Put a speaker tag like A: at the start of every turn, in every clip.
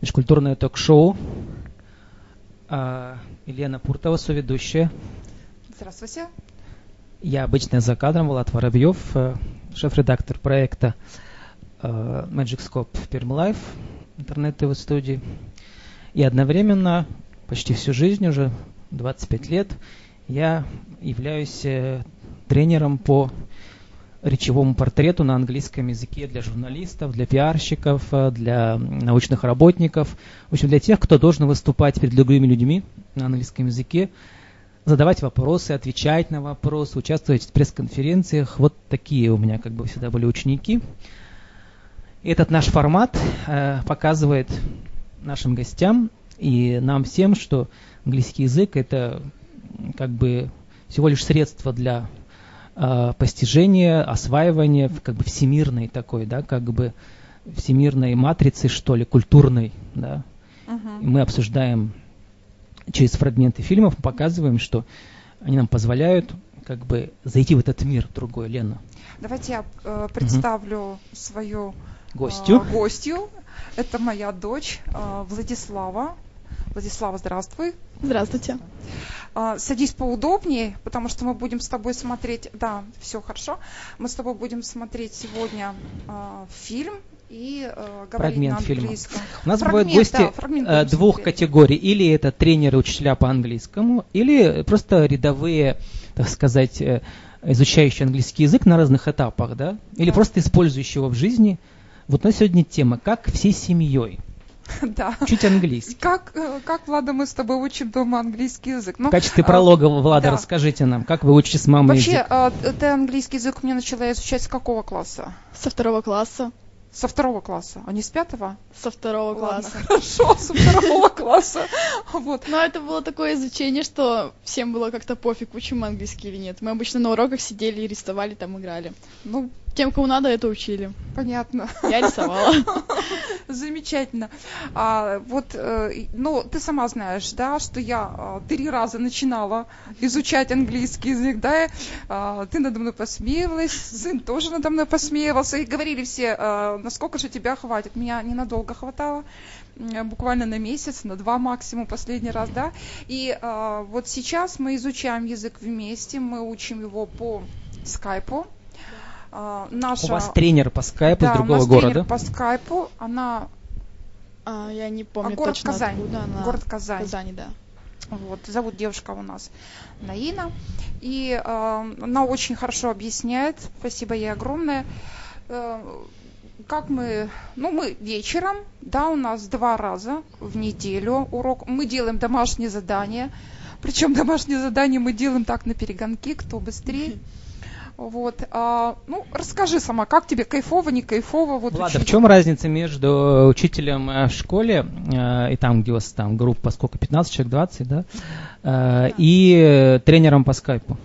A: Межкультурное ток-шоу. А, Елена Пуртова, соведущая.
B: Здравствуйте.
A: Я обычно за кадром, Влад Воробьев, э, шеф-редактор проекта э, Magic Scope Perm Life, интернет тв студии. И одновременно, почти всю жизнь уже, 25 лет, я являюсь э, тренером по речевому портрету на английском языке для журналистов, для пиарщиков, э, для м, научных работников. В общем, для тех, кто должен выступать перед любыми людьми на английском языке, задавать вопросы, отвечать на вопросы, участвовать в пресс-конференциях. Вот такие у меня как бы всегда были ученики. И Этот наш формат э, показывает нашим гостям и нам всем, что английский язык это м, как бы всего лишь средство для э, постижения, осваивания в- как бы всемирной такой, да, как бы всемирной матрицы, что ли, культурной, да, и мы обсуждаем через фрагменты фильмов, показываем, что они нам позволяют как бы зайти в этот мир другой, Лена,
B: Давайте я э, представлю свою э,
A: гостю.
B: гостью. Это моя дочь э, Владислава. Владислава, здравствуй.
C: Здравствуйте.
B: А, Садись поудобнее, потому что мы будем с тобой смотреть. Да, все хорошо. Мы с тобой будем смотреть сегодня а, фильм и э, говорить
A: Фрагмент
B: на
A: фильма.
B: английском.
A: У нас
B: Фрагмент,
A: бывают гости
B: да, фрагмент
A: э,
B: будем
A: двух
B: смотреть.
A: категорий. Или это тренеры, учителя по английскому, или просто рядовые, так сказать, э, изучающие английский язык на разных этапах, да? Или
B: Да.
A: просто использующие его в жизни. Вот у нас сегодня тема «Как всей семьей
B: Да.
A: учить английский».
B: Как, э, как, Влада, мы с тобой учим дома английский язык? Ну,
A: В качестве
B: а,
A: пролога, Влада,
B: да.
A: расскажите нам, как вы учите с мамой язык?
B: Вообще, а, т- ты английский язык мне начала изучать с какого класса?
C: Со второго класса.
B: Со второго класса, а не с пятого?
C: Со второго
B: Ладно,
C: класса.
B: хорошо, со второго класса. Вот.
C: Но это было такое изучение, что всем было как-то пофиг, учим мы английский или нет. Мы обычно на уроках сидели и рисовали, там играли.
B: Ну,
C: Тем, кому надо, это учили.
B: понятно.
C: Я рисовала.
B: Замечательно. А, вот, э, и- ну, ты сама знаешь, да, что я а, три раза начинала изучать английский язык, да, и, а, ты надо мной посмеялась, сын тоже надо мной посмеялся, и говорили все, а, насколько же тебя хватит. Меня ненадолго хватало, м, буквально на месяц, на два максимум последний раз, да. И а, вот сейчас мы изучаем язык вместе, мы учим его по скайпу. А, наша...
A: У вас тренер по скайпу
B: да,
A: с
B: у
A: другого
B: нас
A: города.
B: тренер по скайпу, она
C: А, я не помню
B: А город
C: точно
B: Казань.
C: откуда она.
B: Город Казань.
C: Казани, да.
B: Вот, зовут девушка у нас Наина. И э, она очень хорошо объясняет. Спасибо ей огромное. Э, как мы, ну мы вечером, да, у нас два раза в неделю урок. Мы делаем домашние задания. Причем домашние задания мы делаем так на перегонки, кто быстрее. Вот. а, ну, расскажи сама, как тебе кайфово, не кайфово? Вот
A: Влада, а в
B: учить?
A: чем разница между учителем э, в школе э, и там, где у вас там группа, сколько, 15 человек, 20, да, Э, и э, тренером по скайпу?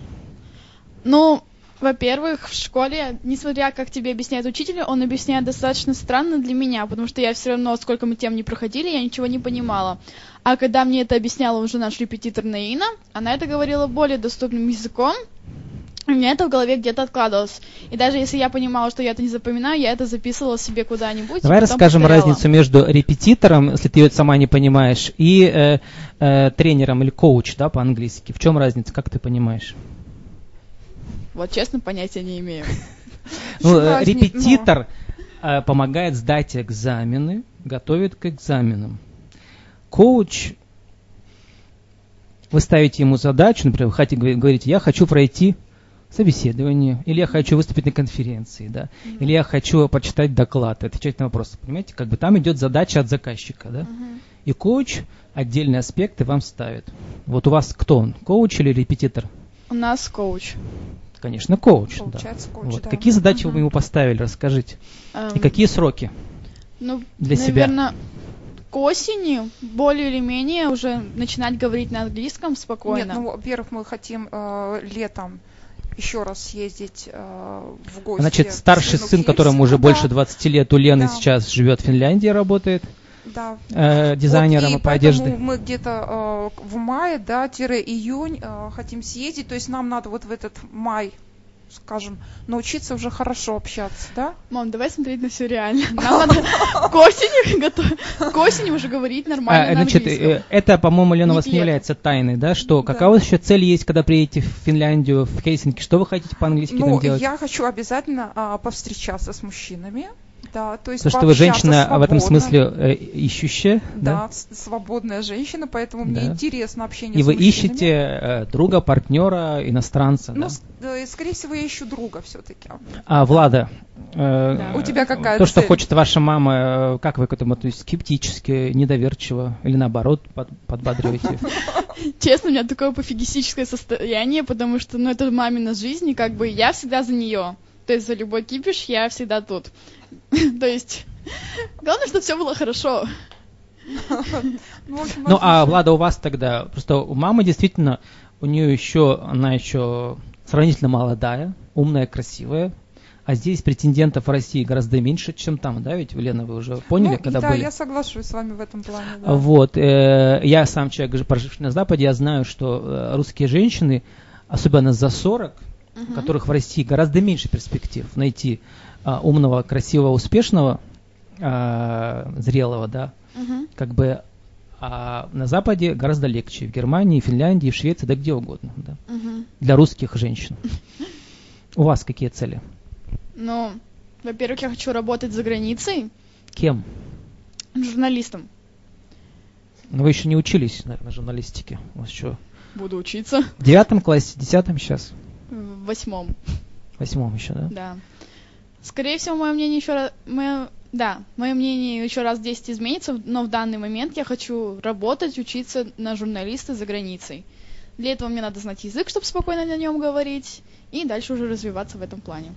C: Ну, во-первых, в школе, несмотря как тебе объясняет учитель, он объясняет достаточно странно для меня, потому что я все равно, сколько мы тем не проходили, я ничего не понимала. А когда мне это объясняла уже наш репетитор Наина, она это говорила более доступным языком, у меня это в голове где-то откладывалось. И даже если я понимала, что я это не запоминаю, я это записывала себе куда-нибудь. и
A: Давай
C: потом
A: расскажем
C: повторяла.
A: разницу между репетитором, если ты ее сама не понимаешь, и э, э, тренером или коуч, да, по-английски. В чем разница, как ты понимаешь?
C: Вот честно, понятия не имею.
A: Ну, э,
B: Разни- ну.
A: репетитор э, помогает сдать экзамены, готовит к экзаменам. Коуч, вы ставите ему задачу, например, вы хотите, говори- говорите, я хочу пройти собеседование, или я хочу выступить на конференции, да, или я хочу прочитать доклад, отвечать на вопросы, понимаете, как бы там идет задача от заказчика, да, и коуч отдельные аспекты вам ставит. Вот у вас кто он, коуч или репетитор?
C: У нас коуч.
A: Конечно, коуч. да.
B: Получается, коуч,
A: Вот.
B: да.
A: Какие задачи вы
C: Мгм.
A: ему поставили, расскажите?
C: Эм,
A: И какие сроки?
C: Ну,
A: для себя?
C: наверное, к осени более или менее уже начинать говорить на английском спокойно.
B: Нет, ну, во-первых, мы хотим э, летом еще раз съездить э, в гости.
A: Значит,
B: к
A: старший
B: сыну
A: сын, которому уже
B: Кирсину,
A: больше 20 лет, у Лены
B: Ну, Да.
A: сейчас живет в Финляндии, работает
B: да, да.
A: э, дизайнером
B: Вот, и
A: по
B: поэтому
A: одежде.
B: Мы где-то э, в мае, да, тире июнь э, хотим съездить, то есть нам надо вот в этот май скажем, научиться уже хорошо общаться, да?
C: Мам, давай смотреть на все реально. Нам надо к осени готов- к осени уже говорить нормально
A: А,
C: на
A: значит,
C: английском.
A: э, это, по-моему, Лена, у вас
C: Не
A: не
C: лето.
A: является тайной, да? Что,
B: Да.
A: какая у вас еще цель есть, когда приедете в Финляндию, в Хельсинки? Что вы хотите по-английски там
B: Ну,
A: делать?
B: я хочу обязательно а, повстречаться с мужчинами, да, то есть
A: То, что вы
B: пообщаться
A: женщина а в этом
B: свободно.
A: смысле э, ищущая, да?
B: Да, с- свободная женщина, поэтому мне
A: Да.
B: интересно общение
A: И
B: с
A: вы
B: мужчинами.
A: ищете э, друга, партнера, иностранца,
B: Ну,
A: да?
B: с- э, скорее всего, я ищу друга Ну, все-таки.
A: А, Влада,
C: Да.
A: э,
B: У тебя какая
A: то, что
B: цель?
A: хочет ваша мама, э, как вы к этому относитесь? Скептически, недоверчиво или наоборот под- подбадриваете?
C: Честно, у меня такое пофигистическое состояние, потому что, ну, это мамина жизнь, и как бы я всегда за нее. То есть за любой кипиш я всегда тут. То есть... Главное, чтобы все было хорошо.
B: Ну, в общем,
A: Ну, а
B: возможно.
A: Влада, у вас тогда, просто у мамы действительно, у нее еще, она еще сравнительно молодая, умная, красивая, а здесь претендентов в России гораздо меньше, чем там, да, ведь, Лена, вы уже поняли,
B: Ну,
A: когда
B: да,
A: были?
B: я соглашусь с вами в этом плане. да.
A: Вот, э, я сам человек, же проживший на Западе, я знаю, что э, русские женщины, особенно за 40, у которых в России гораздо меньше перспектив найти а, умного, красивого, успешного, а, зрелого, да,
C: Мгм.
A: как бы а на Западе гораздо легче. В Германии, Финляндии, в Швеции, да где угодно. да.
C: Мгм.
A: Для русских женщин. У вас какие цели?
C: Ну, во-первых, я хочу работать за границей
A: Кем?
C: журналистом.
A: Ну, Вы еще не учились, наверное, журналистике. У вас еще
C: Буду учиться
A: в девятом классе, десятом сейчас,
C: в восьмом,
A: в восьмом еще, да?
C: да. Скорее всего, мое мнение еще раз... мое- Да, мое мнение еще раз 10 изменится, но в данный момент я хочу работать, учиться на журналиста за границей. Для этого мне надо знать язык, чтобы спокойно на нем говорить, и дальше уже развиваться в этом плане.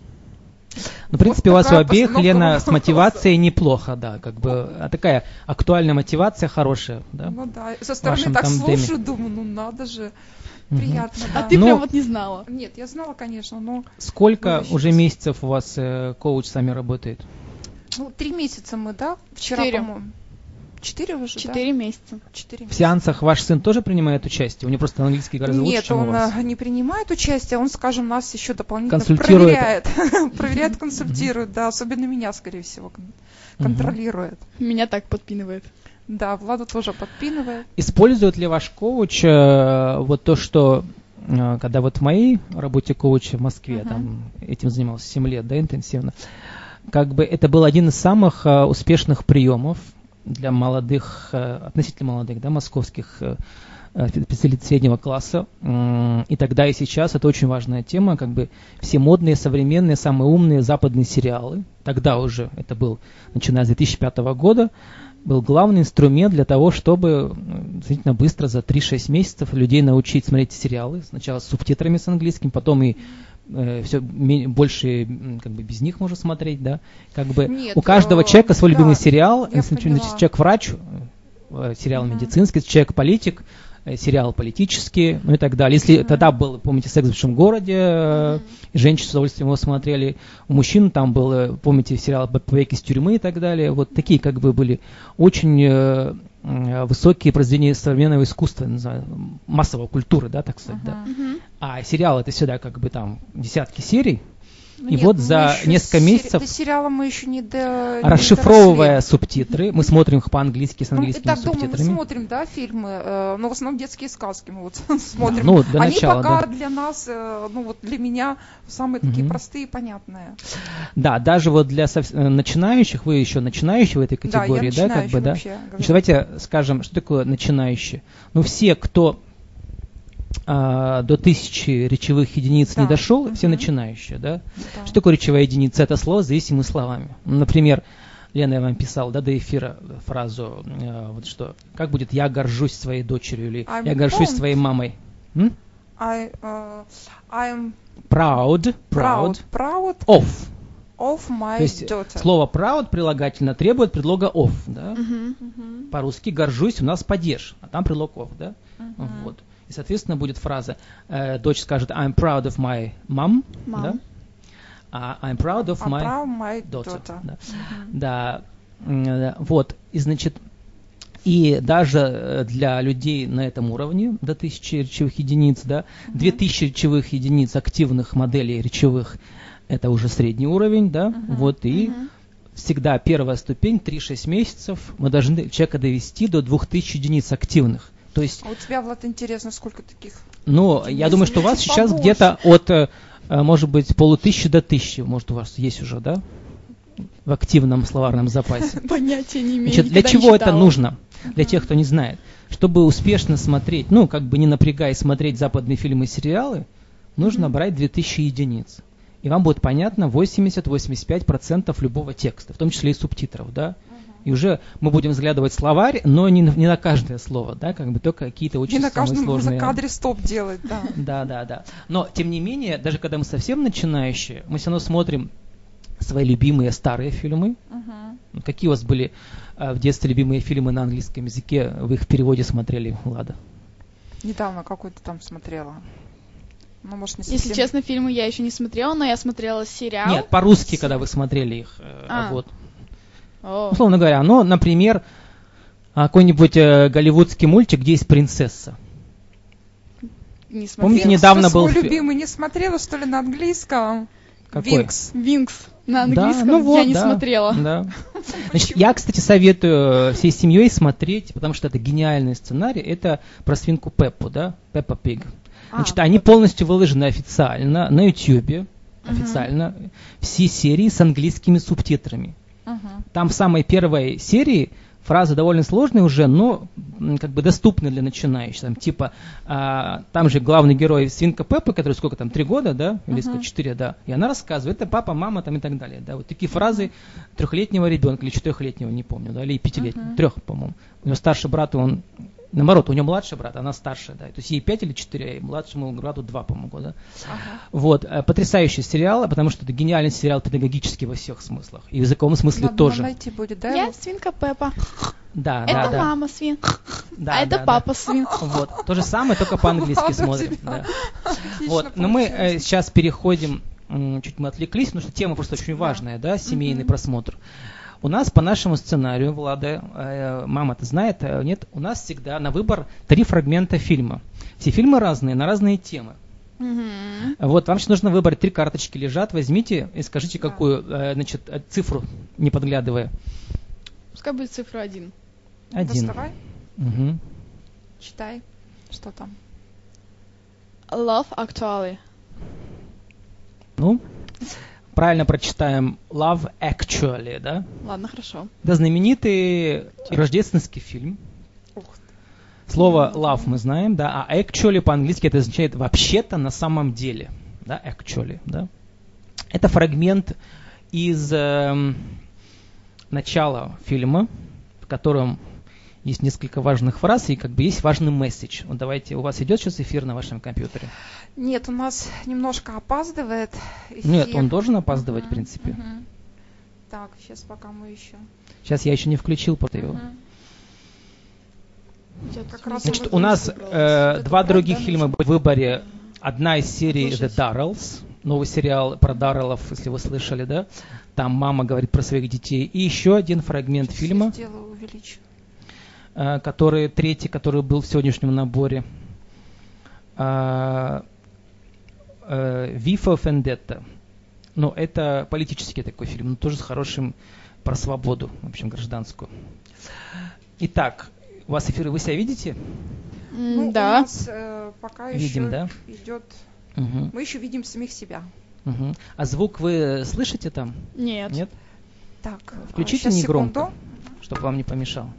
A: Ну, в принципе, у вас у
B: такая
A: обеих,
B: постановка
A: Лена, с
B: вопроса.
A: мотивацией неплохо, да, как бы а такая актуальная мотивация хорошая, да?
B: Ну да, со стороны
A: вашем
B: так
A: тандеме.
B: слушаю, думаю, ну надо же,
A: Мгм.
B: приятно,
C: А
B: да.
C: ты
A: Ну-
C: прям вот не знала.
B: Нет, я знала, конечно, но
A: Сколько
B: Выращивать.
A: уже месяцев у вас э, коуч с вами работает?
B: ну, три месяца мы, да, вчера,
C: Четыре.
B: по-моему. Четыре уже, да?
C: Четыре месяца.
B: Четыре
A: В
B: месяца.
A: сеансах ваш сын тоже принимает участие? У него просто английский гораздо
B: Нет,
A: лучше, чем у
B: он
A: вас.
B: э, не принимает участие, он, скажем, нас еще дополнительно
A: Консультирует.
B: проверяет. проверяет, консультирует, да, особенно меня, скорее всего, кон-
A: Мгм.
B: контролирует.
C: Меня так подпинывает.
B: Да, Влада тоже подпинывает.
A: Использует ли ваш коуч э, вот то, что э, когда вот в моей работе коуча в Москве,
C: Мгм.
A: там этим занимался 7 лет, да, интенсивно, как бы это был один из самых э, успешных приемов для молодых, э, относительно молодых, да, московских э, э, специалистов среднего класса. М, И тогда и сейчас это очень важная тема, как бы все модные, современные, самые умные западные сериалы. Тогда уже это был, начиная с 2005 года, был главный инструмент для того, чтобы м, действительно быстро за 3-6 месяцев людей научить смотреть сериалы. Сначала с субтитрами с английским, потом и все больше м, как бы без них можно смотреть, да. Как бы
B: Нет,
A: у каждого
B: э,
A: человека свой
B: да,
A: любимый сериал.
B: я
A: Если
B: поняла.
A: значит, человек врач, э, сериал
B: Мгм.
A: медицинский, если человек политик, э, сериал политический, ну и так далее. Если
B: Мгм.
A: тогда был, помните, секс в большом городе, э, и женщины с удовольствием его смотрели, у мужчин там был, э, помните, сериал «Побег из тюрьмы» и так далее. Вот такие как бы были очень э, м, высокие произведения современного искусства, не знаю, массовой культуры, да, так сказать, да.
B: Ага.
C: Мгм.
A: А сериал это всегда как бы там десятки серий,
B: Ну,
A: И вот
B: мы
A: за
B: еще
A: несколько
B: сери-
A: месяцев-
B: до сериала мы еще не до... не
A: расшифровывая субтитры, мы смотрим их по-английски с
B: доросли. Ну, и
A: английскими
B: так дома мы
A: субтитрами.
B: смотрим, да, фильмы, э, но в основном детские сказки мы вот смотрим.
A: ну, до
B: Они
A: начала,
B: пока
A: да.
B: для нас, э, ну вот для меня самые такие
A: Мгм.
B: простые и понятные.
A: Да, даже вот для совс- э, начинающих, вы еще начинающие в этой категории,
B: да, я
A: да, как бы,
B: начинающий
A: да?
B: вообще, говорю.
A: Значит, давайте скажем, что такое начинающий. Ну, все, кто а, до тысячи речевых единиц не
B: Да.
A: дошел, все
B: Мгм.
A: начинающие, да?
B: Да.
A: Что такое речевая единица? Это слово с зависимыми словами. Ну, Например, Лена, я вам писал, да, до эфира фразу, э, вот что, как будет «я горжусь своей дочерью» или
B: I'm
A: «я горжусь
B: proud.
A: своей мамой». М?
B: I, э, I'm
A: Proud, proud,
B: proud, proud
A: of.
B: of my
A: То есть э,
B: daughter.
A: слово proud прилагательно требует предлога of, да?
C: Мгм.
B: Мгм.
A: По-русски «горжусь» у нас падеж, а там предлог of, да?
B: Мгм.
A: Вот. И, соответственно, будет фраза, э, дочь скажет I'm proud of my mom,
C: Мам.
A: да? А I'm proud of
B: А
A: my
B: proud my
A: daughter.
B: daughter.
A: Да.
B: Мгм.
A: Да, м, да, вот, и значит, И даже э, для людей на этом уровне, до 1000 речевых единиц, да, 2000 речевых единиц активных моделей речевых, это уже средний уровень, да, вот, и
C: Мгм.
A: всегда первая ступень, 3-6 месяцев, мы должны человека довести до 2000 единиц активных. То есть,
B: А у тебя, Влад, интересно, сколько таких?
A: ну,
B: Денис,
A: я думаю, что у
B: мне
A: вас
B: чуть
A: сейчас
B: побольше.
A: где-то от, э, э, может быть, полутысячи до тысячи, может, у вас есть уже, да, в активном словарном запасе.
C: Понятия не имею.
A: Значит, для
C: никогда не
A: чего это
C: читала.
A: нужно? Для тех, кто не знает. Чтобы успешно смотреть, ну, как бы не напрягаясь смотреть западные фильмы и сериалы, нужно брать 2000 единиц. И вам будет понятно 80-85% любого текста, в том числе и субтитров, да? И уже мы будем взглядывать словарь, но не, на- не на каждое слово, да, как бы только какие-то очень
B: Не на
A: самые
B: каждом
A: сложные.
B: кадре стоп делать, да.
A: Да, да, да. Но, тем не менее, даже когда мы совсем начинающие, мы все равно смотрим свои любимые старые фильмы,
B: Мгм.
A: ну, Какие у вас были э, в детстве любимые фильмы на английском языке? Вы их в переводе смотрели, Лада?
B: Недавно какой-то там смотрела. Ну, может, не
C: Если
B: совсем.
C: честно, фильмы я еще не смотрела, но я смотрела сериал.
A: Нет, по-русски, когда вы смотрели их. э,
C: А.
A: Вот.
C: О.
A: Условно говоря, ну, например, а, какой-нибудь э, голливудский мультик, где есть принцесса.
C: Не смотрела.
A: Помните,
B: Винкс,
A: недавно
B: ты
A: был
B: свой
A: фи-
B: любимый не смотрела, что ли, на английском?
A: Какой?
B: Винкс.
C: Винкс на
A: Да,
C: английском
A: ну вот,
C: я не
A: да,
C: смотрела.
A: Да. Значит, я, кстати, советую э, всей семьей смотреть, потому что это гениальный сценарий. Это про свинку Пеппу, да? Пеппа Пиг.
C: А,
A: Значит, они полностью выложены официально на YouTube, официально, все серии с английскими субтитрами.
B: Мгм.
A: Там в самой первой серии фразы довольно сложные уже, но м, как бы доступны для начинающих. Там, типа, а, там же главный герой Свинка Пеппа, который сколько там, три года, да, или сколько, четыре, да, и она рассказывает, это папа, мама там и так далее, да, вот такие фразы трехлетнего ребенка или четырехлетнего, не помню, да, или пятилетнего, трех, по-моему. У него старший брат, он Наоборот, у него младший брат, она старшая, да. То есть ей 5 или 4, а младшему брату 2, по-моему, года. Вот, э, потрясающий сериал, потому что это гениальный сериал педагогический во всех смыслах. И в языковом смысле
B: Надо
A: тоже.
B: нам найти будет, да?
C: Я
B: его?
C: свинка Пеппа.
A: Да,
C: это
A: да, да.
C: мама свин.
A: Да,
C: а
A: да,
C: это
A: да.
C: папа свин.
A: Вот. То же самое, только по-английски
B: Ладно,
A: смотрим.
B: тебя.
A: да.
B: Отлично
A: Вот. Но мы э,
B: получилось.
A: сейчас переходим, м, чуть мы отвлеклись, потому что тема просто очень важная, да, семейный просмотр. У нас по нашему сценарию, Влада, э, мама-то знает, э, нет, у нас всегда на выбор три фрагмента фильма. Все фильмы разные, на разные темы.
C: Мгм.
A: Вот, вам сейчас нужно выбрать, три карточки лежат, возьмите и скажите,
B: Да.
A: какую, э, значит, э, цифру, не подглядывая.
C: Пускай будет цифра один.
A: Один.
B: Доставай,
A: Мгм.
B: читай. Что там?
C: Love Actually.
A: Ну, правильно прочитаем Love Actually, да?
C: Ладно, хорошо.
A: Да, знаменитый рождественский фильм.
B: Ух ты.
A: Слово love мы знаем, да, а actually по-английски это означает вообще-то на самом деле, да, actually, да. Это фрагмент из эм, начала фильма, в котором есть несколько важных фраз и как бы есть важный месседж. Вот давайте, у вас идет сейчас эфир на вашем компьютере?
B: Нет, у нас немножко опаздывает. эфир.
A: Нет, он должен опаздывать, в
B: Мгм,
A: принципе.
B: мгм. Так, сейчас пока мы еще.
A: Сейчас я еще не включил просто его.
B: Мгм.
C: Я тут
B: Как раз
C: мысль
A: Значит, у нас
C: собралась.
A: э,
C: Это
A: два
C: правда,
A: других
C: ну,
A: фильма в выборе. Одна из серий The
C: Слушайте.
A: Darrells, новый сериал про Дарреллов, если вы слышали, да? Там мама говорит про своих детей. И еще один фрагмент
B: Сейчас
A: фильма,
B: я сделаю, увеличу.
A: э, который третий, который был в сегодняшнем наборе. А, э, V for Vendetta. Ну, это политический такой фильм, но тоже с хорошим про свободу, в общем, гражданскую. Итак, у вас эфиры, вы себя видите? э,
C: М,
B: Ну, у
C: да.
B: нас э, пока
A: Видим,
B: еще
A: да?
B: идет.
A: Мгм.
B: Мы еще видим самих себя.
A: Мгм. А звук вы слышите там?
C: Нет.
A: Нет?
B: Так,
A: Включите
B: сейчас,
A: негромко.
B: секунду.
A: Чтобы вам не помешал.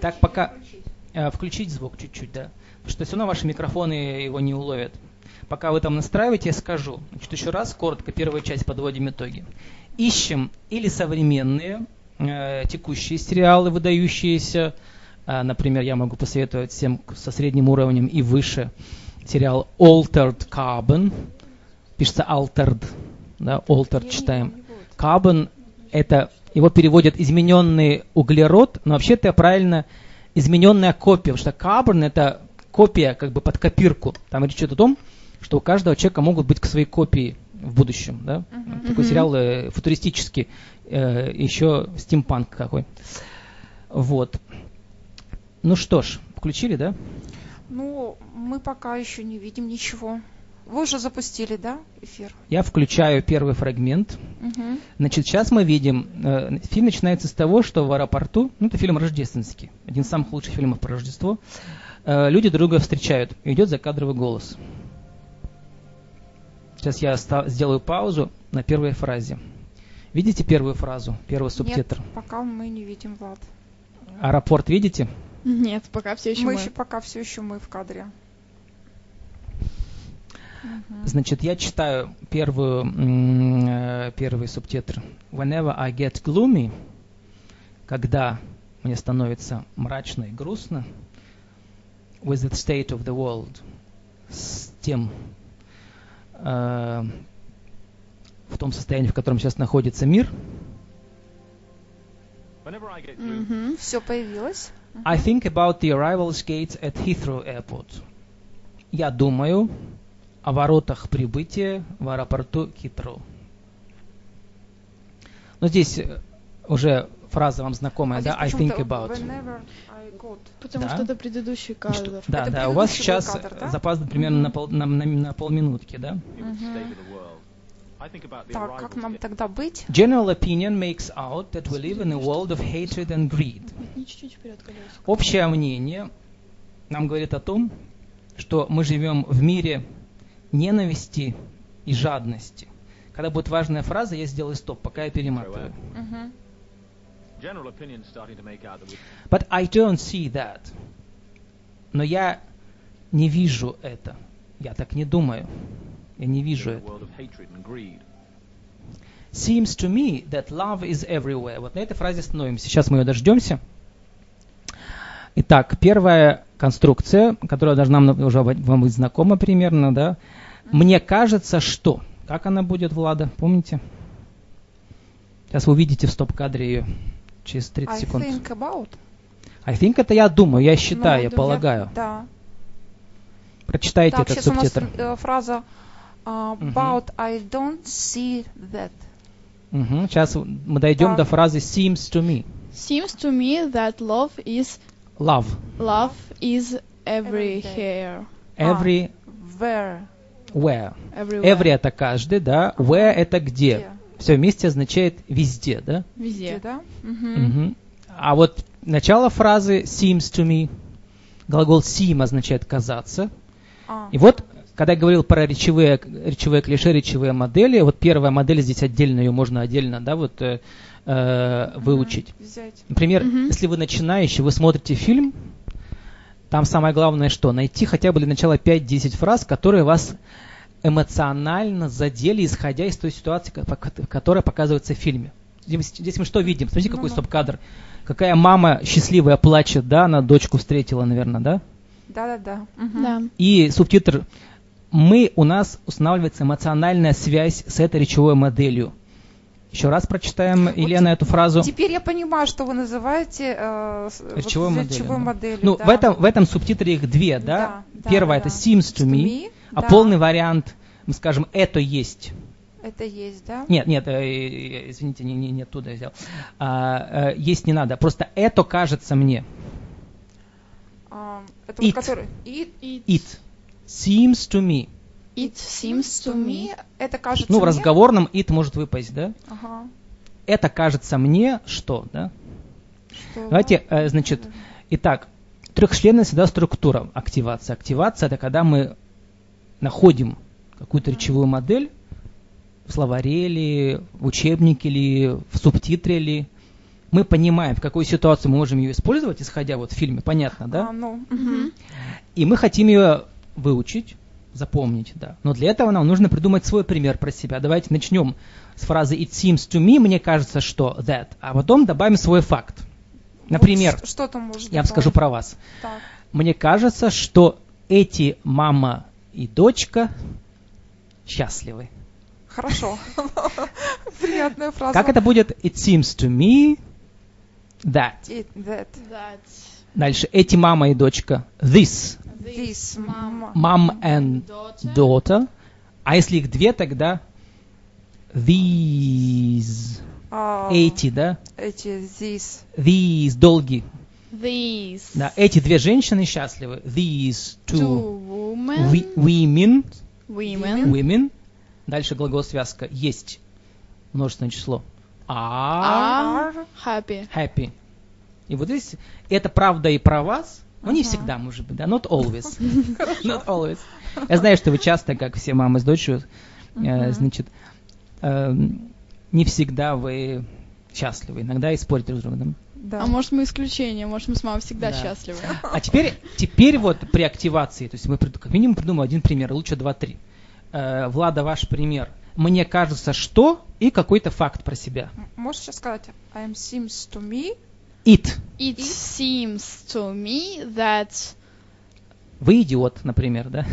A: Так, пока... э, Включить звук чуть-чуть, да. Потому что все равно ваши микрофоны его не уловят. Пока вы там настраиваете, я скажу. Значит, еще раз, коротко, первая часть, подводим итоги. Ищем или современные, э, текущие сериалы, выдающиеся. А, например, я могу посоветовать всем к- со средним уровнем и выше сериал Altered Carbon. Пишется Altered. Да, Altered читаем. Carbon это его переводят измененный углерод, но вообще-то правильно измененная копия, потому что carbon это копия как бы под копирку. Там речь идет о том, что у каждого человека могут быть к своей копии в будущем, да? Такой
C: Мгм.
A: сериал э, футуристический, э, еще стимпанк какой. Вот. Ну что ж, включили, да?
B: Ну, мы пока еще не видим ничего. Вы уже запустили, да, эфир?
A: Я включаю первый фрагмент.
B: Мгм.
A: Значит, сейчас мы видим, э, фильм начинается с того, что в аэропорту, ну это фильм рождественский, один из самых лучших фильмов про Рождество, э, люди друга встречают, и идет закадровый голос. Сейчас я оста- сделаю паузу на первой фразе. Видите первую фразу, первый субтитр?
B: Нет, пока мы не видим, Влад.
A: Аэропорт видите?
C: Нет, пока все еще
B: мы
C: мы.
B: еще пока все еще мы в кадре. Мгм.
A: Значит, я читаю первую, м, э, первый субтитр. Whenever I get gloomy, когда мне становится мрачно и грустно, with the state of the world, с тем, э, в том состоянии, в котором сейчас находится мир,
D: Whenever I get gloomy,
C: Мгм.
B: Все появилось.
A: I think about the arrivals gates at Heathrow Airport. Я думаю о воротах прибытия в аэропорту Хитроу. Но здесь э, уже фраза вам знакомая,
B: А
A: да? I
B: здесь
A: think
B: почему-то
A: about.
B: whenever I got.
C: Потому
A: Да.
C: что это предыдущий
A: Ну что-
C: кадр.
A: да,
B: Это
A: да, у вас
B: предыдущий
A: сейчас
B: кадр, да?
A: запаздывает примерно на, пол- на- на- на полминутки, да?
D: you would stay with the world. I think about the
B: Mm-hmm. Так,
D: arrival
B: как нам тогда быть?
A: General opinion makes out that we live in a world of hatred and greed.
C: Не чуть-чуть вперед, колесико.
A: Общее мнение нам говорит о том, что мы живем в мире ненависти и жадности. Когда будет важная фраза, я сделаю стоп, пока я перематываю.
B: Мгм.
D: General opinion starting to make out that we
A: But I don't see that. Но я не вижу это. Я так не думаю. Я не вижу
D: live in a
A: это.
D: world of hatred and greed.
A: Seems to me that love is everywhere. Вот на этой фразе остановимся. Сейчас мы ее дождемся. Итак, первая конструкция, которая должна нам уже быть- вам быть знакома примерно, да? Мне кажется, что... Как она будет, Влада, помните? Сейчас вы увидите в стоп-кадре ее через 30
B: I
A: секунд.
B: think about.
A: I think это я думаю, я
B: Ну,
A: считаю, я
B: да,
A: полагаю.
B: Да.
A: Прочитайте
B: Так,
A: этот
B: сейчас у нас
A: субтитр.
B: э, фраза а,
A: Мгм.
B: about I don't see that.
A: Мгм, Сейчас мы дойдем
B: Так.
A: до фразы seems to me.
C: Seems to me that love is
A: Love.
C: love is
B: Every day.
C: everywhere.
B: А.
A: Everywhere.
B: Where?
C: Everywhere.
A: Every это каждый, да. Where это где.
B: Где?
A: Все вместе означает везде, да?
B: Где,
C: Везде.
B: да? Мгм.
A: Мгм. А вот начало фразы seems to me. Глагол seem означает казаться.
B: А,
A: И вот, когда я говорил про речевые, речевые клише, речевые модели, вот первая модель здесь отдельно, ее можно отдельно, да, вот э, э,
B: мгм,
A: выучить.
B: Взять.
A: Например,
C: Мгм.
A: если вы начинающий, вы смотрите фильм, там самое главное что? Найти хотя бы для начала 5-10 фраз, которые вас эмоционально задели, исходя из той ситуации, ко- по- кот- которая показывается в фильме. Здесь, здесь мы что видим? Смотрите, какой
B: Ну-ну.
A: стоп-кадр. Какая мама счастливая плачет, да, она дочку встретила, наверное, да?
B: Да-да-да. Мгм.
C: Да.
A: И субтитр «Мы» у нас устанавливается эмоциональная связь с этой речевой моделью. Еще раз прочитаем, Елена, эту фразу.
B: Теперь я понимаю, что вы называете э, с- вот
A: Речевой
B: с
A: моделью,
B: речевой
A: да.
B: моделью.
A: Ну,
B: да.
A: в, этом, в этом субтитре их две, да?
B: Да, да,
A: Первое
B: да,
A: это
B: да.
A: seems to me,
B: me,
A: а
B: да.
A: полный вариант, мы скажем, это есть.
B: Это есть, да?
A: Нет, нет, э, э, извините, не, не, не оттуда я взял. А, э, есть не надо, просто это кажется мне.
B: А, это
A: It.
B: вот который... It.
C: It,
A: It seems to me.
C: it seems to me.
B: Это кажется
A: Ну, в
B: мне?
A: разговорном it может выпасть, да?
B: Ага.
A: Это кажется мне что, да?
B: Что?
A: Давайте, э, значит, итак, трехчленная всегда структура активации. Активация – это когда мы находим какую-то речевую модель в словаре ли, в учебнике ли, в субтитре ли. Мы понимаем, в какой ситуации мы можем ее использовать, исходя вот в фильме, понятно, да?
B: А, ну,
C: Мгм.
A: И мы хотим ее выучить, запомнить, да. Но для этого нам нужно придумать свой пример про себя. Давайте начнем с фразы «It seems to me», «Мне кажется, что that», а потом добавим свой факт. Например,
B: вот что там может
A: я вам скажу про вас.
B: Так.
A: Мне кажется, что эти мама и дочка счастливы.
B: Хорошо. Приятная фраза.
A: Как это будет? It seems to me that.
B: It, that,
C: That
A: Дальше. Эти мама и дочка. This
B: this, mama.
A: mom and daughter. А если их две, тогда these.
B: А,
A: Эти, да?
B: Эти, this.
A: These долгий.
C: These
A: Да, эти две женщины счастливы. These two
C: two women,
A: wi- women,
C: women
A: women. Дальше глагол-связка есть множественное число. А
C: are happy.
A: happy. И вот здесь это правда и про вас, но не
B: Ага.
A: всегда, может быть, да, not always. Not always. Я знаю, что вы часто, как все мамы с дочерью, э,
B: Мгм.
A: значит, эм, не всегда вы счастливы, иногда и спорите друг с другом.
B: Да.
C: А может мы исключение, может мы с мамой всегда
A: Да.
C: счастливы.
A: А теперь, теперь вот при активации, то есть мы прид- как минимум придумаем один пример, лучше два-три. Э, Влада, ваш пример. Мне кажется, что и какой-то факт про себя.
B: Можешь сейчас сказать I'm seems to me
A: It.
C: It seems to me that
A: Вы идиот, например, да?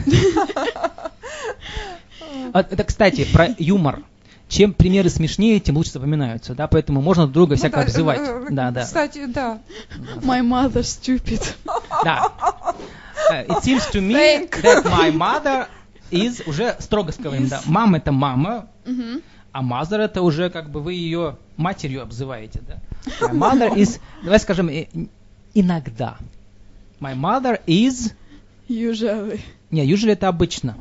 A: А, Это, кстати, про юмор. Чем примеры смешнее, тем лучше запоминаются, да? Поэтому можно друг друга
B: Ну
A: всяко
B: да, э,
A: обзывать.
B: э,
A: Да, да.
B: Кстати, да.
C: my mother stupid.
A: Да. Э, It seems to me that my mother is уже строго сказываем, да. Мам это мама,
C: Мгм.
A: а mother это уже как бы вы ее матерью обзываете, да. My mother is, давай скажем, э, иногда. My mother is,
C: Usually.
A: не, usually это обычно.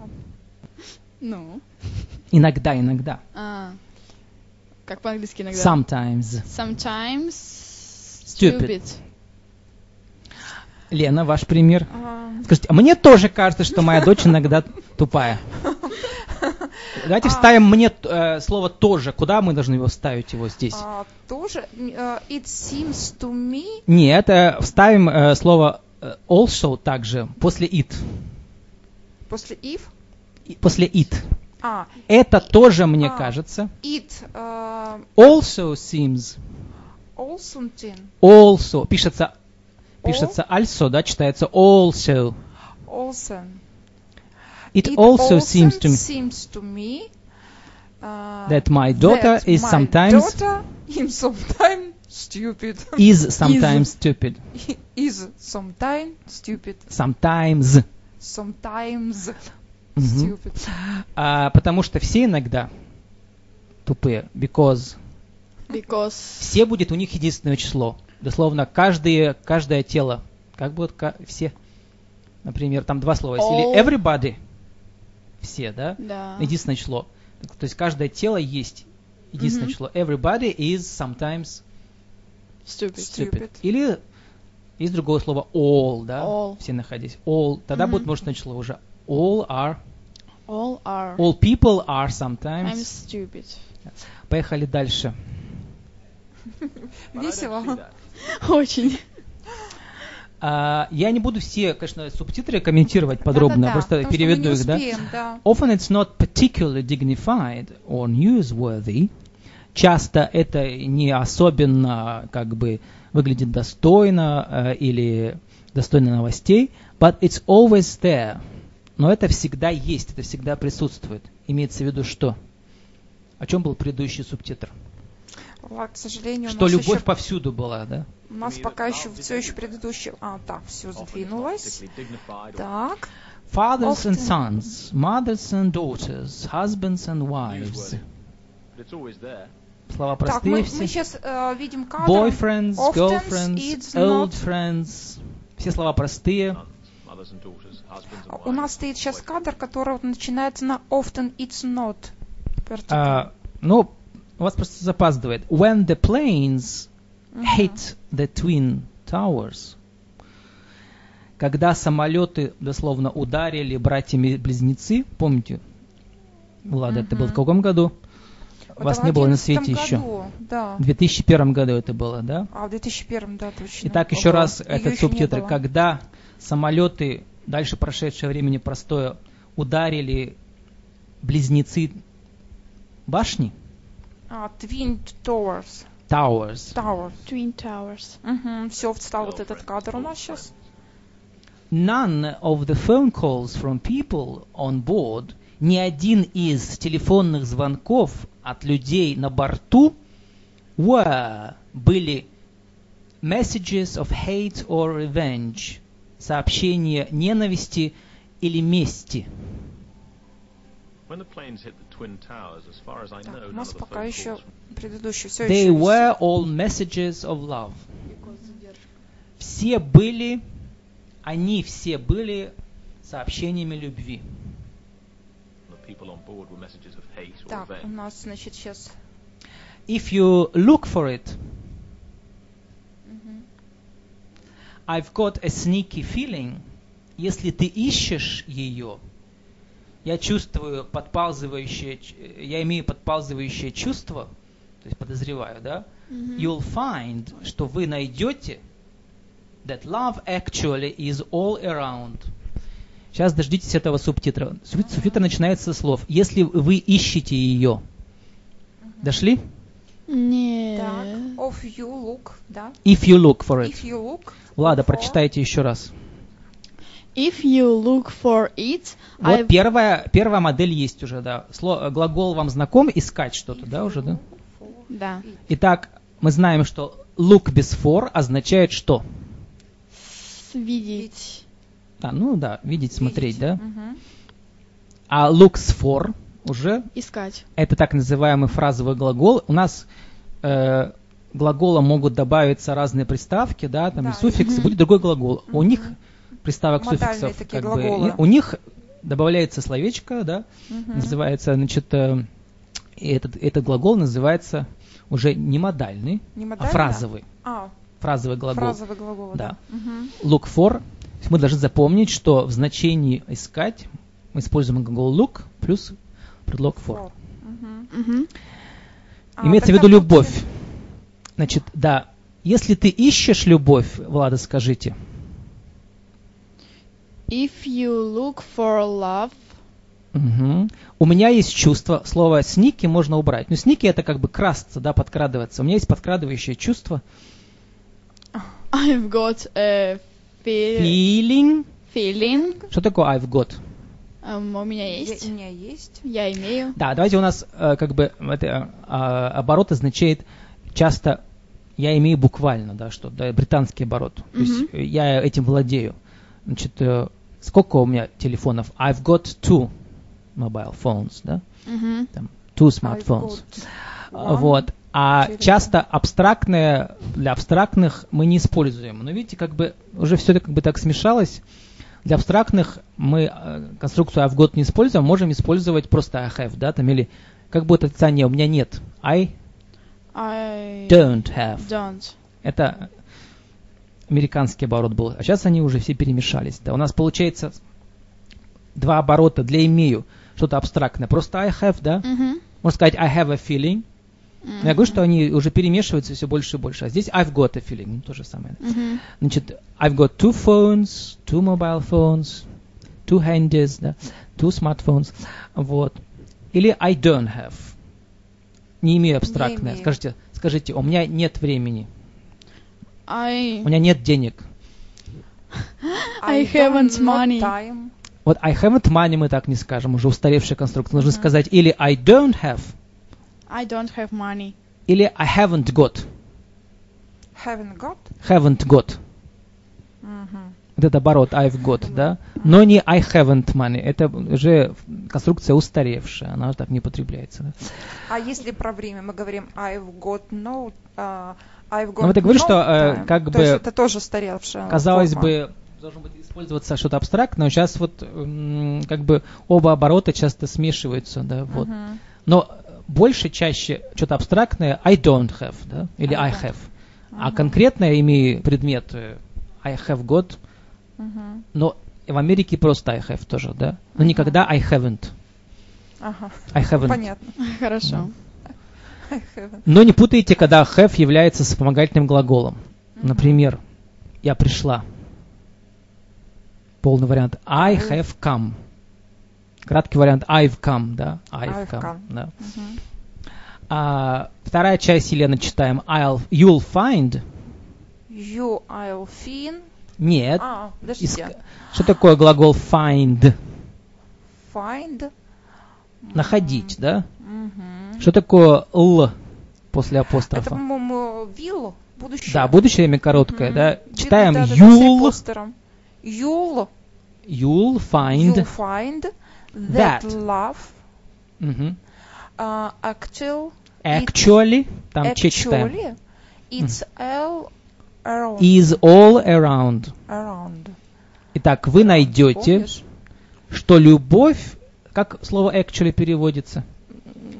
C: Ну.
A: Иногда, иногда.
C: А. Как по-английски иногда.
A: Sometimes.
C: Sometimes
A: Stupid.
C: stupid.
A: Лена, ваш пример.
B: А,
A: Скажите, а мне тоже кажется, что моя дочь иногда тупая. Давайте вставим мне э, слово тоже. Куда мы должны его вставить его здесь?
B: а, тоже м, э, It seems to me
A: Нет, э, вставим э, слово э, also также после it.
B: после if.
A: И- После it.
B: А,
A: Это тоже мне
B: А.
A: кажется.
B: it э,
A: Also seems.
B: all something.
A: Also. Пишется, пишется also, да, читается also.
B: Also.
A: It also seems to me
B: seems to me, uh,
A: that my daughter
B: that
A: is
B: my
A: sometimes
B: daughter is sometimes stupid.
A: is sometimes stupid.
B: is sometimes stupid.
A: Sometimes.
B: Sometimes
A: Мгм.
B: stupid.
A: А, потому что все иногда тупые, because
C: Because
A: все будет у них единственное число. Дословно, каждое, каждое тело. Как будет ка- все? Например, там два слова. есть. Или
C: All.
A: everybody. Все, да?
C: да.
A: Единственное число. Так, То есть каждое тело есть единственное
C: Мгм.
A: число. Everybody is sometimes
C: Stupid.
A: stupid.
B: Stupid.
A: Или из другого слова all, да?
C: All.
A: Все находясь. All. Тогда
C: Мгм.
A: будет множественное число уже. All are.
C: All are.
A: All people are
C: I'm
A: sometimes.
C: stupid.
A: Поехали дальше.
D: But I don't see
B: Весело.
D: that.
C: Очень.
A: А, я не буду все, конечно, субтитры комментировать подробно,
B: Да-да-да,
A: просто
B: потому что мы
A: переведу
B: не
A: их, да?
B: успеем, да.
A: Often it's not particularly dignified or newsworthy. Часто это не особенно как бы выглядит достойно э, или достойно новостей, but it's always there. Но это всегда есть, это всегда присутствует. Имеется в виду что? О чем был предыдущий субтитр?
B: Ла- К сожалению,
A: Что
B: у нас,
A: любовь
B: еще,
A: повсюду была, да?
B: у нас пока еще все еще предыдущий. А, так, все
D: Often it's not
B: сдвинулось.
D: particularly dignified or
B: Так,
A: Fathers and
B: Often.
A: sons, mothers and daughters, husbands and wives.
D: newsworthy. But it's always there.
A: Слова
B: так мы,
A: простые все.
B: сейчас видим кадр.
A: Boyfriends,
B: Often
A: girlfriends,
B: it's
A: old
B: not-
A: friends. Все слова простые.
D: Sons, mothers and daughters, husbands and wives.
B: У нас стоит сейчас кадр, который вот начинается на often it's not. Particular.
A: А, ну, у вас просто запаздывает. When the planes
B: Мгм.
A: hit the twin towers. Когда самолеты дословно ударили братьями-близнецы, помните, Влада, это был в
B: Мгм.
A: каком году?
B: Это
A: Вас
B: в
A: не было на
B: 11
A: свете еще.
B: году, Да.
A: В 2001 году это было, да?
B: А, в 2001, да, точно.
A: Итак, еще
B: Ого,
A: раз
B: её
A: этот
B: ещё не
A: субтитр.
B: было.
A: Когда самолеты, дальше прошедшее времени простое, ударили близнецы башни,
B: А, Twin Towers.
A: towers,
B: Tower.
C: Twin Towers.
B: Угу, все, встал вот этот
D: Girlfriends,
B: кадр у
D: old
B: нас сейчас.
A: none of the phone calls from people on board, ни один из телефонных звонков от людей на борту were, были messages of hate or revenge, сообщения ненависти или мести.
D: When the planes hit the twin towers, as far as I
B: Так,
D: know,
B: у
D: none
B: нас
D: of the
B: пока
D: phone
B: еще
D: calls
B: предыдущий, все
A: They
B: еще.
A: were all messages of love. все были, они все были сообщениями любви.
D: The people on board were messages of hate or
B: Так, у
D: revenge.
B: нас, значит, сейчас...
A: If you look for it,
B: Мгм.
A: I've got a sneaky feeling, если ты ищешь ее, я чувствую подползывающее, ч- э, я имею подползывающее чувство, то есть подозреваю, да?
C: Мгм.
A: You'll find, что вы найдете that love actually is all around. Сейчас дождитесь этого субтитра. Суб- Субтитр начинается со слов. Если вы ищете ее. Дошли?
C: Нет.
B: Так,
A: Э.
B: of you look, да?
A: If you look for it.
B: If you look...
A: Влада,
B: for-
A: прочитайте еще раз.
C: If you look for it,
A: Вот
C: I-
A: первая, первая модель есть уже, да. Сло- э, глагол вам знаком, искать что-то,
B: If
A: да,
B: you
A: уже, да?
B: look for-
C: Да.
A: Итак, мы знаем, что look без for означает что?
C: Видеть.
A: А, ну да, видеть, смотреть,
B: Видите?
A: да?
B: Мгм.
A: А looks for уже
C: Искать.
A: это так называемый фразовый глагол. У нас э, глаголом могут добавиться разные приставки, да, там
B: Да,
A: и суффикс,
C: мгм.
A: будет другой глагол. У
B: Мгм.
A: них приставок
B: Модальные
A: суффиксов
B: такие
A: как бы,
B: глаголы.
A: и у них добавляется словечко, да,
B: Мгм.
A: называется, значит, э, и этот, этот глагол называется уже не модальный,
B: Не
A: а
B: модально?
A: фразовый.
B: А,
A: Фразовый глагол.
B: фразовый глагол, да. Мгм.
A: Look for. То есть Мы должны запомнить, что в значении искать мы используем глагол look плюс предлог for.
B: For. Мгм.
C: Мгм.
B: А,
A: Имеется в
B: тогда
A: виду
B: получи-
A: любовь. Значит, да. Если ты ищешь любовь, Влада, скажите.
C: If you look for love,
A: Мгм. У меня есть чувство, слово сники можно убрать. Но сники это как бы красться, да, подкрадываться. У меня есть подкрадывающее чувство.
C: I've got a
B: Э,
C: fe-
A: Feeling.
C: feeling.
A: Что такое I've got?
C: Эм, у меня
B: Я-
C: есть.
B: У меня есть.
C: Я имею.
A: Да, давайте у нас э, как бы это, э, оборот означает часто я имею буквально, да, что да, британский оборот. То есть э, я этим владею. Значит, э, сколько у меня телефонов? I've got two mobile phones, да?
C: Мгм.
A: Two
B: I've
A: smartphones.
B: got
A: А,
B: one.
A: Вот. А
B: Через-
A: часто абстрактное для абстрактных мы не используем. Но видите, как бы уже все как бы так смешалось. Для абстрактных мы э, конструкцию I've got не используем, а можем использовать просто I have, да, там или как будет отрицание у меня нет. I
C: I
A: don't have.
C: don't.
A: Это американский оборот был. А сейчас они уже все перемешались. Да, у нас получается два оборота для имею что-то абстрактное. Просто I have, да.
C: Мгм.
A: Можно сказать I have a feeling.
C: Мгм.
A: Я говорю, что они уже перемешиваются все больше и больше. А здесь I've got a feeling, ну, то же самое.
C: Мгм.
A: Значит, I've got two phones, two mobile phones, two handies, да, two smartphones. Вот. Или I don't have. Не имею абстрактное.
B: имею.
A: Скажите, скажите, у меня нет времени,
C: I
A: у меня нет денег.
B: I
C: I haven't
B: don't not
C: money.
B: time.
A: Вот I haven't money мы так не скажем, уже устаревшая конструкция. Нужно сказать или I don't have,
C: I don't have money.
A: или I haven't got.
B: Haven't got.
A: Haven't got.
B: Мгм.
A: вот этот оборот I've got, да, но не I haven't money. Это уже конструкция устаревшая, она так не потребляется. да.
B: А если про время мы говорим I've got no... а, I've got
A: Ну, вот я говорю,
B: no
A: что, э,
B: time.
A: как
B: То
A: бы,
B: есть это тоже устаревшая
A: Казалось
B: форма.
A: бы, должно быть использоваться что-то абстрактное, но сейчас вот м, как бы оба оборота часто смешиваются, да, вот.
B: Мгм.
A: Но больше, чаще что-то абстрактное I don't have, да, или I
B: I don't.
A: have. А конкретно я имею предмет э, I have got,
B: Мгм.
A: но в Америке просто I have тоже, да. Но никогда I haven't.
B: Ага,
A: I haven't.
B: понятно.
C: Хорошо.
B: I haven't.
A: Но не путайте, когда have является вспомогательным глаголом. Например, я пришла. Полный вариант I have come. Краткий вариант I've come, да? I've,
B: I've
A: come.
B: come.
A: да.
B: Мгм.
A: А, вторая часть Елены читаем I'll, you'll find.
B: You, I'll, fin.
A: Нет.
B: А,
A: Иск-
B: подождите.
A: Что такое глагол find?
B: Find.
A: Находить, да?
B: Мгм.
A: Что такое л после
B: Это,
A: апострофа?
B: по-моему, will, будущее.
A: Да, будущее время короткое,
B: Мгм.
A: да?
B: Видно,
A: Читаем
B: да, да, да, с
A: you'll,
B: апострофом. You'll,
A: you'll find.
B: you'll find
A: That.
B: that, love
A: Мгм.
B: uh, actual,
A: Actually, там че читаем.
B: actually it's L around.
A: is all around.
B: Around.
A: Итак, вы найдете,
B: Помнишь?
A: что любовь, как слово actually переводится,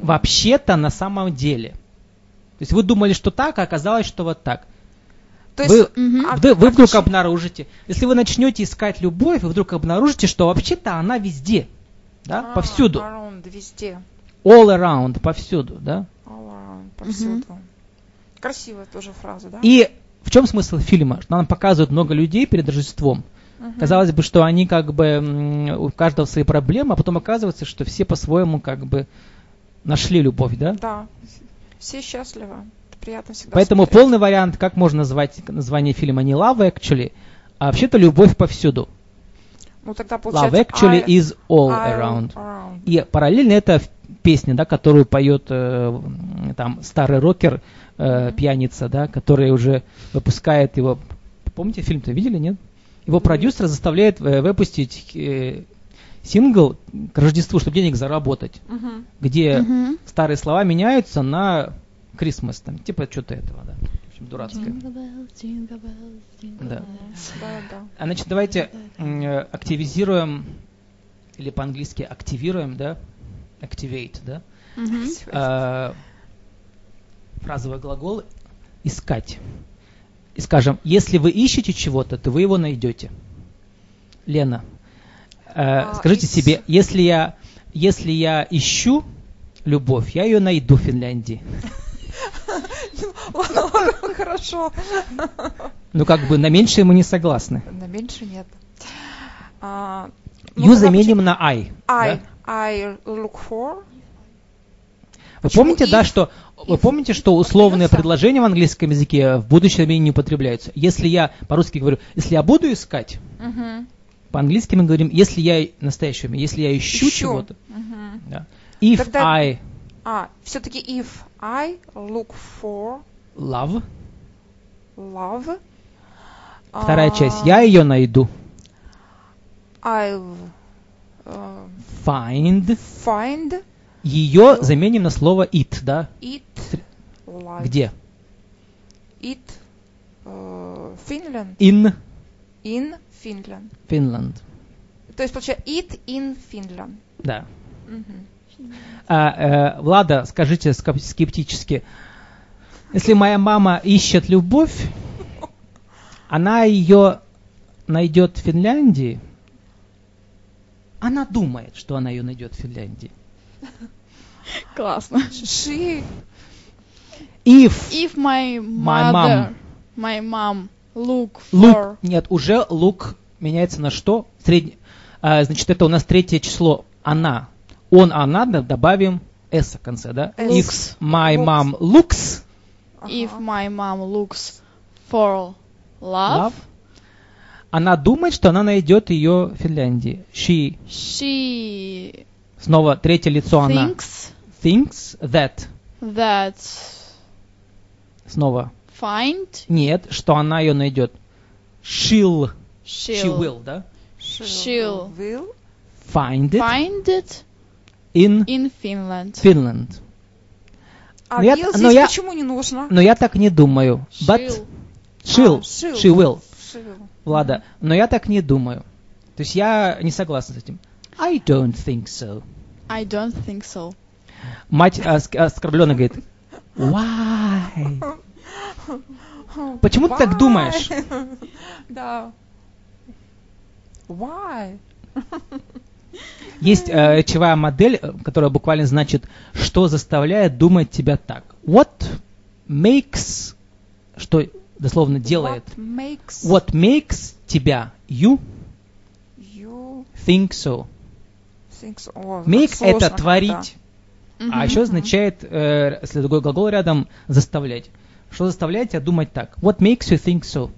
A: вообще-то на самом деле. То есть вы думали, что так, а оказалось, что вот так.
B: То
A: Вы-
B: есть,
C: Мгм.
B: а-
A: Да, вы
B: а
A: вдруг
B: почему-
A: обнаружите, если вы начнете искать любовь, вы вдруг обнаружите, что вообще-то она везде, да,
B: А,
A: повсюду,
B: Around, везде.
A: all around, повсюду, да.
B: All around, повсюду. Красивая тоже фраза, да?
A: И в чем смысл фильма? Что нам показывают много людей перед Рождеством.
B: Мгм.
A: Казалось бы, что они как бы м, у каждого свои проблемы, а потом оказывается, что все по-своему как бы нашли любовь, да?
B: Да. Все счастливы. Это приятно всегда.
A: Поэтому
B: смотреть.
A: полный вариант, как можно назвать название фильма не Love Actually, а вообще-то любовь повсюду.
B: Ну тогда
A: Love
B: получается.
A: Actually
B: I-
A: is all
B: I-
A: around. И параллельно это в- песня, да, которую поет э, м, там старый рокер, э, пьяница, да, который уже выпускает его. Помните фильм-то видели, нет? Его продюсер заставляет э, выпустить э, сингл к Рождеству, чтобы денег заработать,
B: Мгм.
A: где
C: Мгм.
A: старые слова меняются на Christmas, там, типа что-то этого, да. В общем, дурацкое. Да.
B: Да, да.
A: А значит, давайте м, э, активизируем, или по-английски активируем, да? Activate, да?
C: Мгм.
A: э, фразовый глагол искать. И скажем, если вы ищете чего-то, то вы его найдете. Лена, э,
B: А,
A: скажите
B: ис-
A: себе, если я, если я ищу любовь, я ее найду в Финляндии.
B: Ладно, ладно, хорошо.
A: Ну, как бы на меньшее мы не согласны.
B: На меньше нет. А, ну,
A: Ю
B: тогда
A: заменим на I.
B: I,
A: да?
B: I look for.
A: Вы
B: почему
A: помните, да,
B: if?
A: что вы
B: If-
A: помните,
B: if
A: что условные
B: появится.
A: предложения в английском языке в будущем времени не употребляются. Если я по-русски говорю, если я буду искать,
B: Мгм.
A: По-английски мы говорим, если я настоящее время, если я ищу,
B: Ищу.
A: чего-то.
B: Мгм.
A: да. If
B: Тогда-
A: I
B: А, все-таки if I look for
A: love,
B: love.
A: вторая
B: а,
A: часть, я ее найду.
B: I'll э,
A: Find.
B: find
A: Ее заменим на слово it, да?
B: it like
A: Где?
B: it э, Finland
A: In
B: in Finland.
A: Finland.
B: То есть получается it in Finland.
A: Да.
B: Мгм.
A: А, э, Влада, скажите скеп- скептически, если моя мама ищет любовь, она ее найдет в Финляндии? Она думает, что она ее найдет в Финляндии.
C: Классно.
B: She
A: If
C: If my
A: My
C: mother, my mom look
A: Look.
C: for...
A: Нет, уже лук меняется на что? Средне. а, значит, это у нас третье число. Она. Он, она, да, добавим S в конце, да?
C: Looks.
A: If my
B: Looks.
A: mom looks Uh-huh.
C: If
B: Ага.
C: my mom looks for
A: love,
C: love,
A: она думает, что она найдет ее в Финляндии. She.
C: she
A: Снова третье лицо она.
C: thinks
A: Thinks that.
C: that
A: Снова.
C: find
A: Нет, что она ее найдет. She'll.
C: she'll,
A: She will, да?
C: She'll.
B: will
A: Find it
C: find it
A: in
C: in Finland.
A: Finland. Но
B: А
A: Ну, я-
B: will
A: но
B: здесь
A: я- Ну,
B: почему не нужно?
A: Но я так не думаю. But
C: She'll. Ah,
A: she'll.
B: А, she'll.
A: She will.
B: She will.
A: Влада, но я так не думаю. То есть я не согласна с этим. I don't think so.
C: I don't think so.
A: Мать э, оск- оскорбленно говорит, why? Почему ты так
B: Why?
A: думаешь?
B: Да. Why?
A: Есть э, речевая модель, э, которая буквально значит, что заставляет думать тебя так. What makes, что дословно делает,
B: What makes
A: what makes тебя you
B: you
A: think so.
B: think so? О,
A: Make
B: сложно
A: это
B: когда.
A: творить. А еще означает, э, если другой глагол рядом, заставлять. Что заставляет тебя думать так? What makes you think so?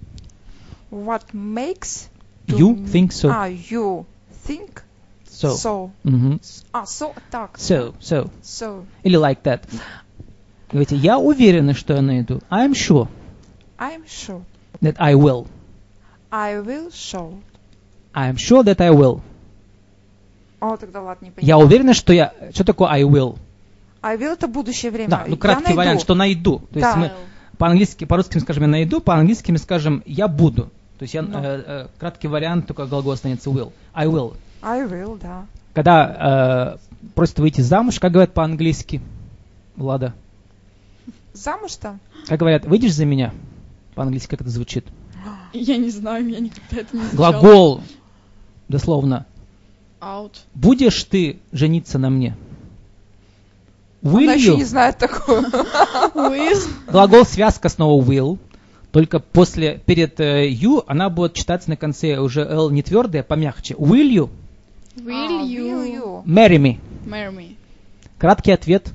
B: What makes
A: You
B: Дум-
A: think so.
B: а, you think
A: so.
B: so.
A: Мгм.
B: А, so, так.
A: so, so.
B: So,
A: Или like that. Говорите, я уверена, что я найду. I'm sure
B: I'm sure.
A: that I will.
B: I will show.
A: I'm sure that I will.
B: О, тогда ладно, не
A: Я
B: понимаю.
A: уверена, что я... Что такое I will?
B: I will это будущее время.
A: Да, ну
B: Я
A: краткий
B: найду.
A: вариант, что найду. То есть
B: Да.
A: мы По-английски, по-русски мы скажем «я найду», по-английски мы скажем «я буду». То есть я,
B: Ну.
A: э, э, краткий вариант, только глагол останется will. I will.
B: I will, да.
A: Когда э, просят выйти замуж, как говорят по-английски, Влада?
B: Замуж-то?
A: Как говорят, выйдешь за меня? По-английски как это звучит?
C: Я не знаю, я никогда это не изучала.
A: Глагол, дословно,
C: Out.
A: будешь ты жениться на мне? Will
B: Она еще
A: you?
B: не знает такого.
C: With.
A: Глагол связка снова will. Только после, перед э, you она будет читаться на конце уже L не твердая, помягче. Will you
C: Will
B: А,
C: you,
B: Will you?
A: marry me?
C: marry me?
A: Краткий ответ.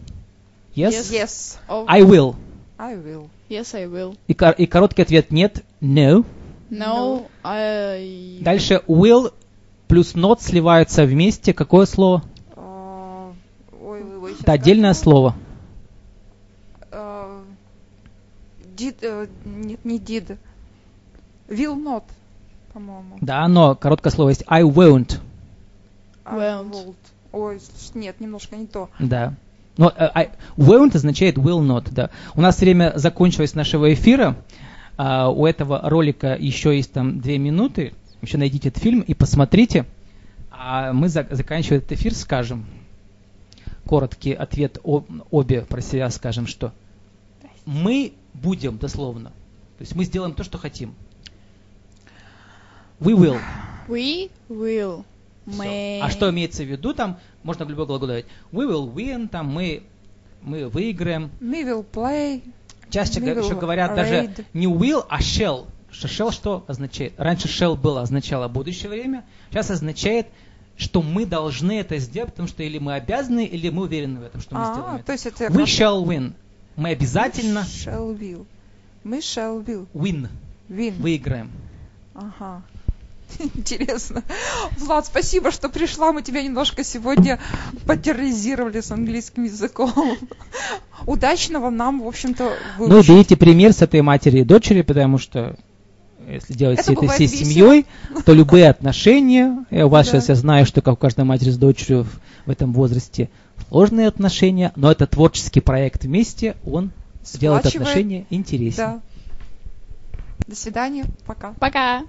A: Yes.
B: Yes,
C: Oh,
A: I will.
B: I will.
C: Yes, I will.
A: И, кор- и короткий ответ нет. No.
C: No, I...
A: Дальше will плюс not сливаются вместе. Какое слово?
B: А, Ой, ой, ой, щас
A: Это отдельное
B: скажу.
A: слово.
B: А, Did, э, нет, не did. Will not, по-моему.
A: Да, но короткое слово есть I won't.
B: I
C: Won't.
B: Ой, слушай, нет, немножко не то.
A: Да. Но э, I- won't означает will not, да. У нас время закончилось нашего эфира. А, у этого ролика еще есть там две минуты. Еще найдите этот фильм и посмотрите. А мы за- заканчивая этот эфир скажем. Короткий ответ о- обе про себя скажем, что мы будем дословно. То есть мы сделаем то, что хотим. We will.
C: We will.
A: Всё.
C: May.
A: А что имеется в виду там? Можно в любой глагол давать. We will win, там мы, мы выиграем.
B: We will play.
A: Чаще
B: We
A: го- еще
B: will
A: говорят
B: raid.
A: даже не will, а shall. Что shall что означает? Раньше shall было означало будущее время, сейчас означает, что мы должны это сделать, потому что или мы обязаны, или мы уверены в этом, что мы сделаем.
B: А,
A: это.
B: то есть это...
A: We
B: как-
A: shall win. Мы обязательно
B: Shall will. Мы shall will.
A: win,
B: Win.
A: выиграем.
B: Ага. Интересно. Влад, спасибо, что пришла. Мы тебя немножко сегодня потерроризировали с английским языком. Удачного нам, в общем-то,
A: Ну,
B: выучить.
A: берите пример с этой матери и дочери, потому что если делать
B: Это
A: все это
B: бывает
A: всей
B: весело.
A: семьей, то любые отношения, я у вас
B: Да.
A: сейчас я знаю, что как у каждой матери с дочерью в- в этом возрасте сложные отношения, но это творческий проект вместе, он делает
B: Сплачивает.
A: отношения интереснее.
B: Да. До свидания. Пока.
C: Пока.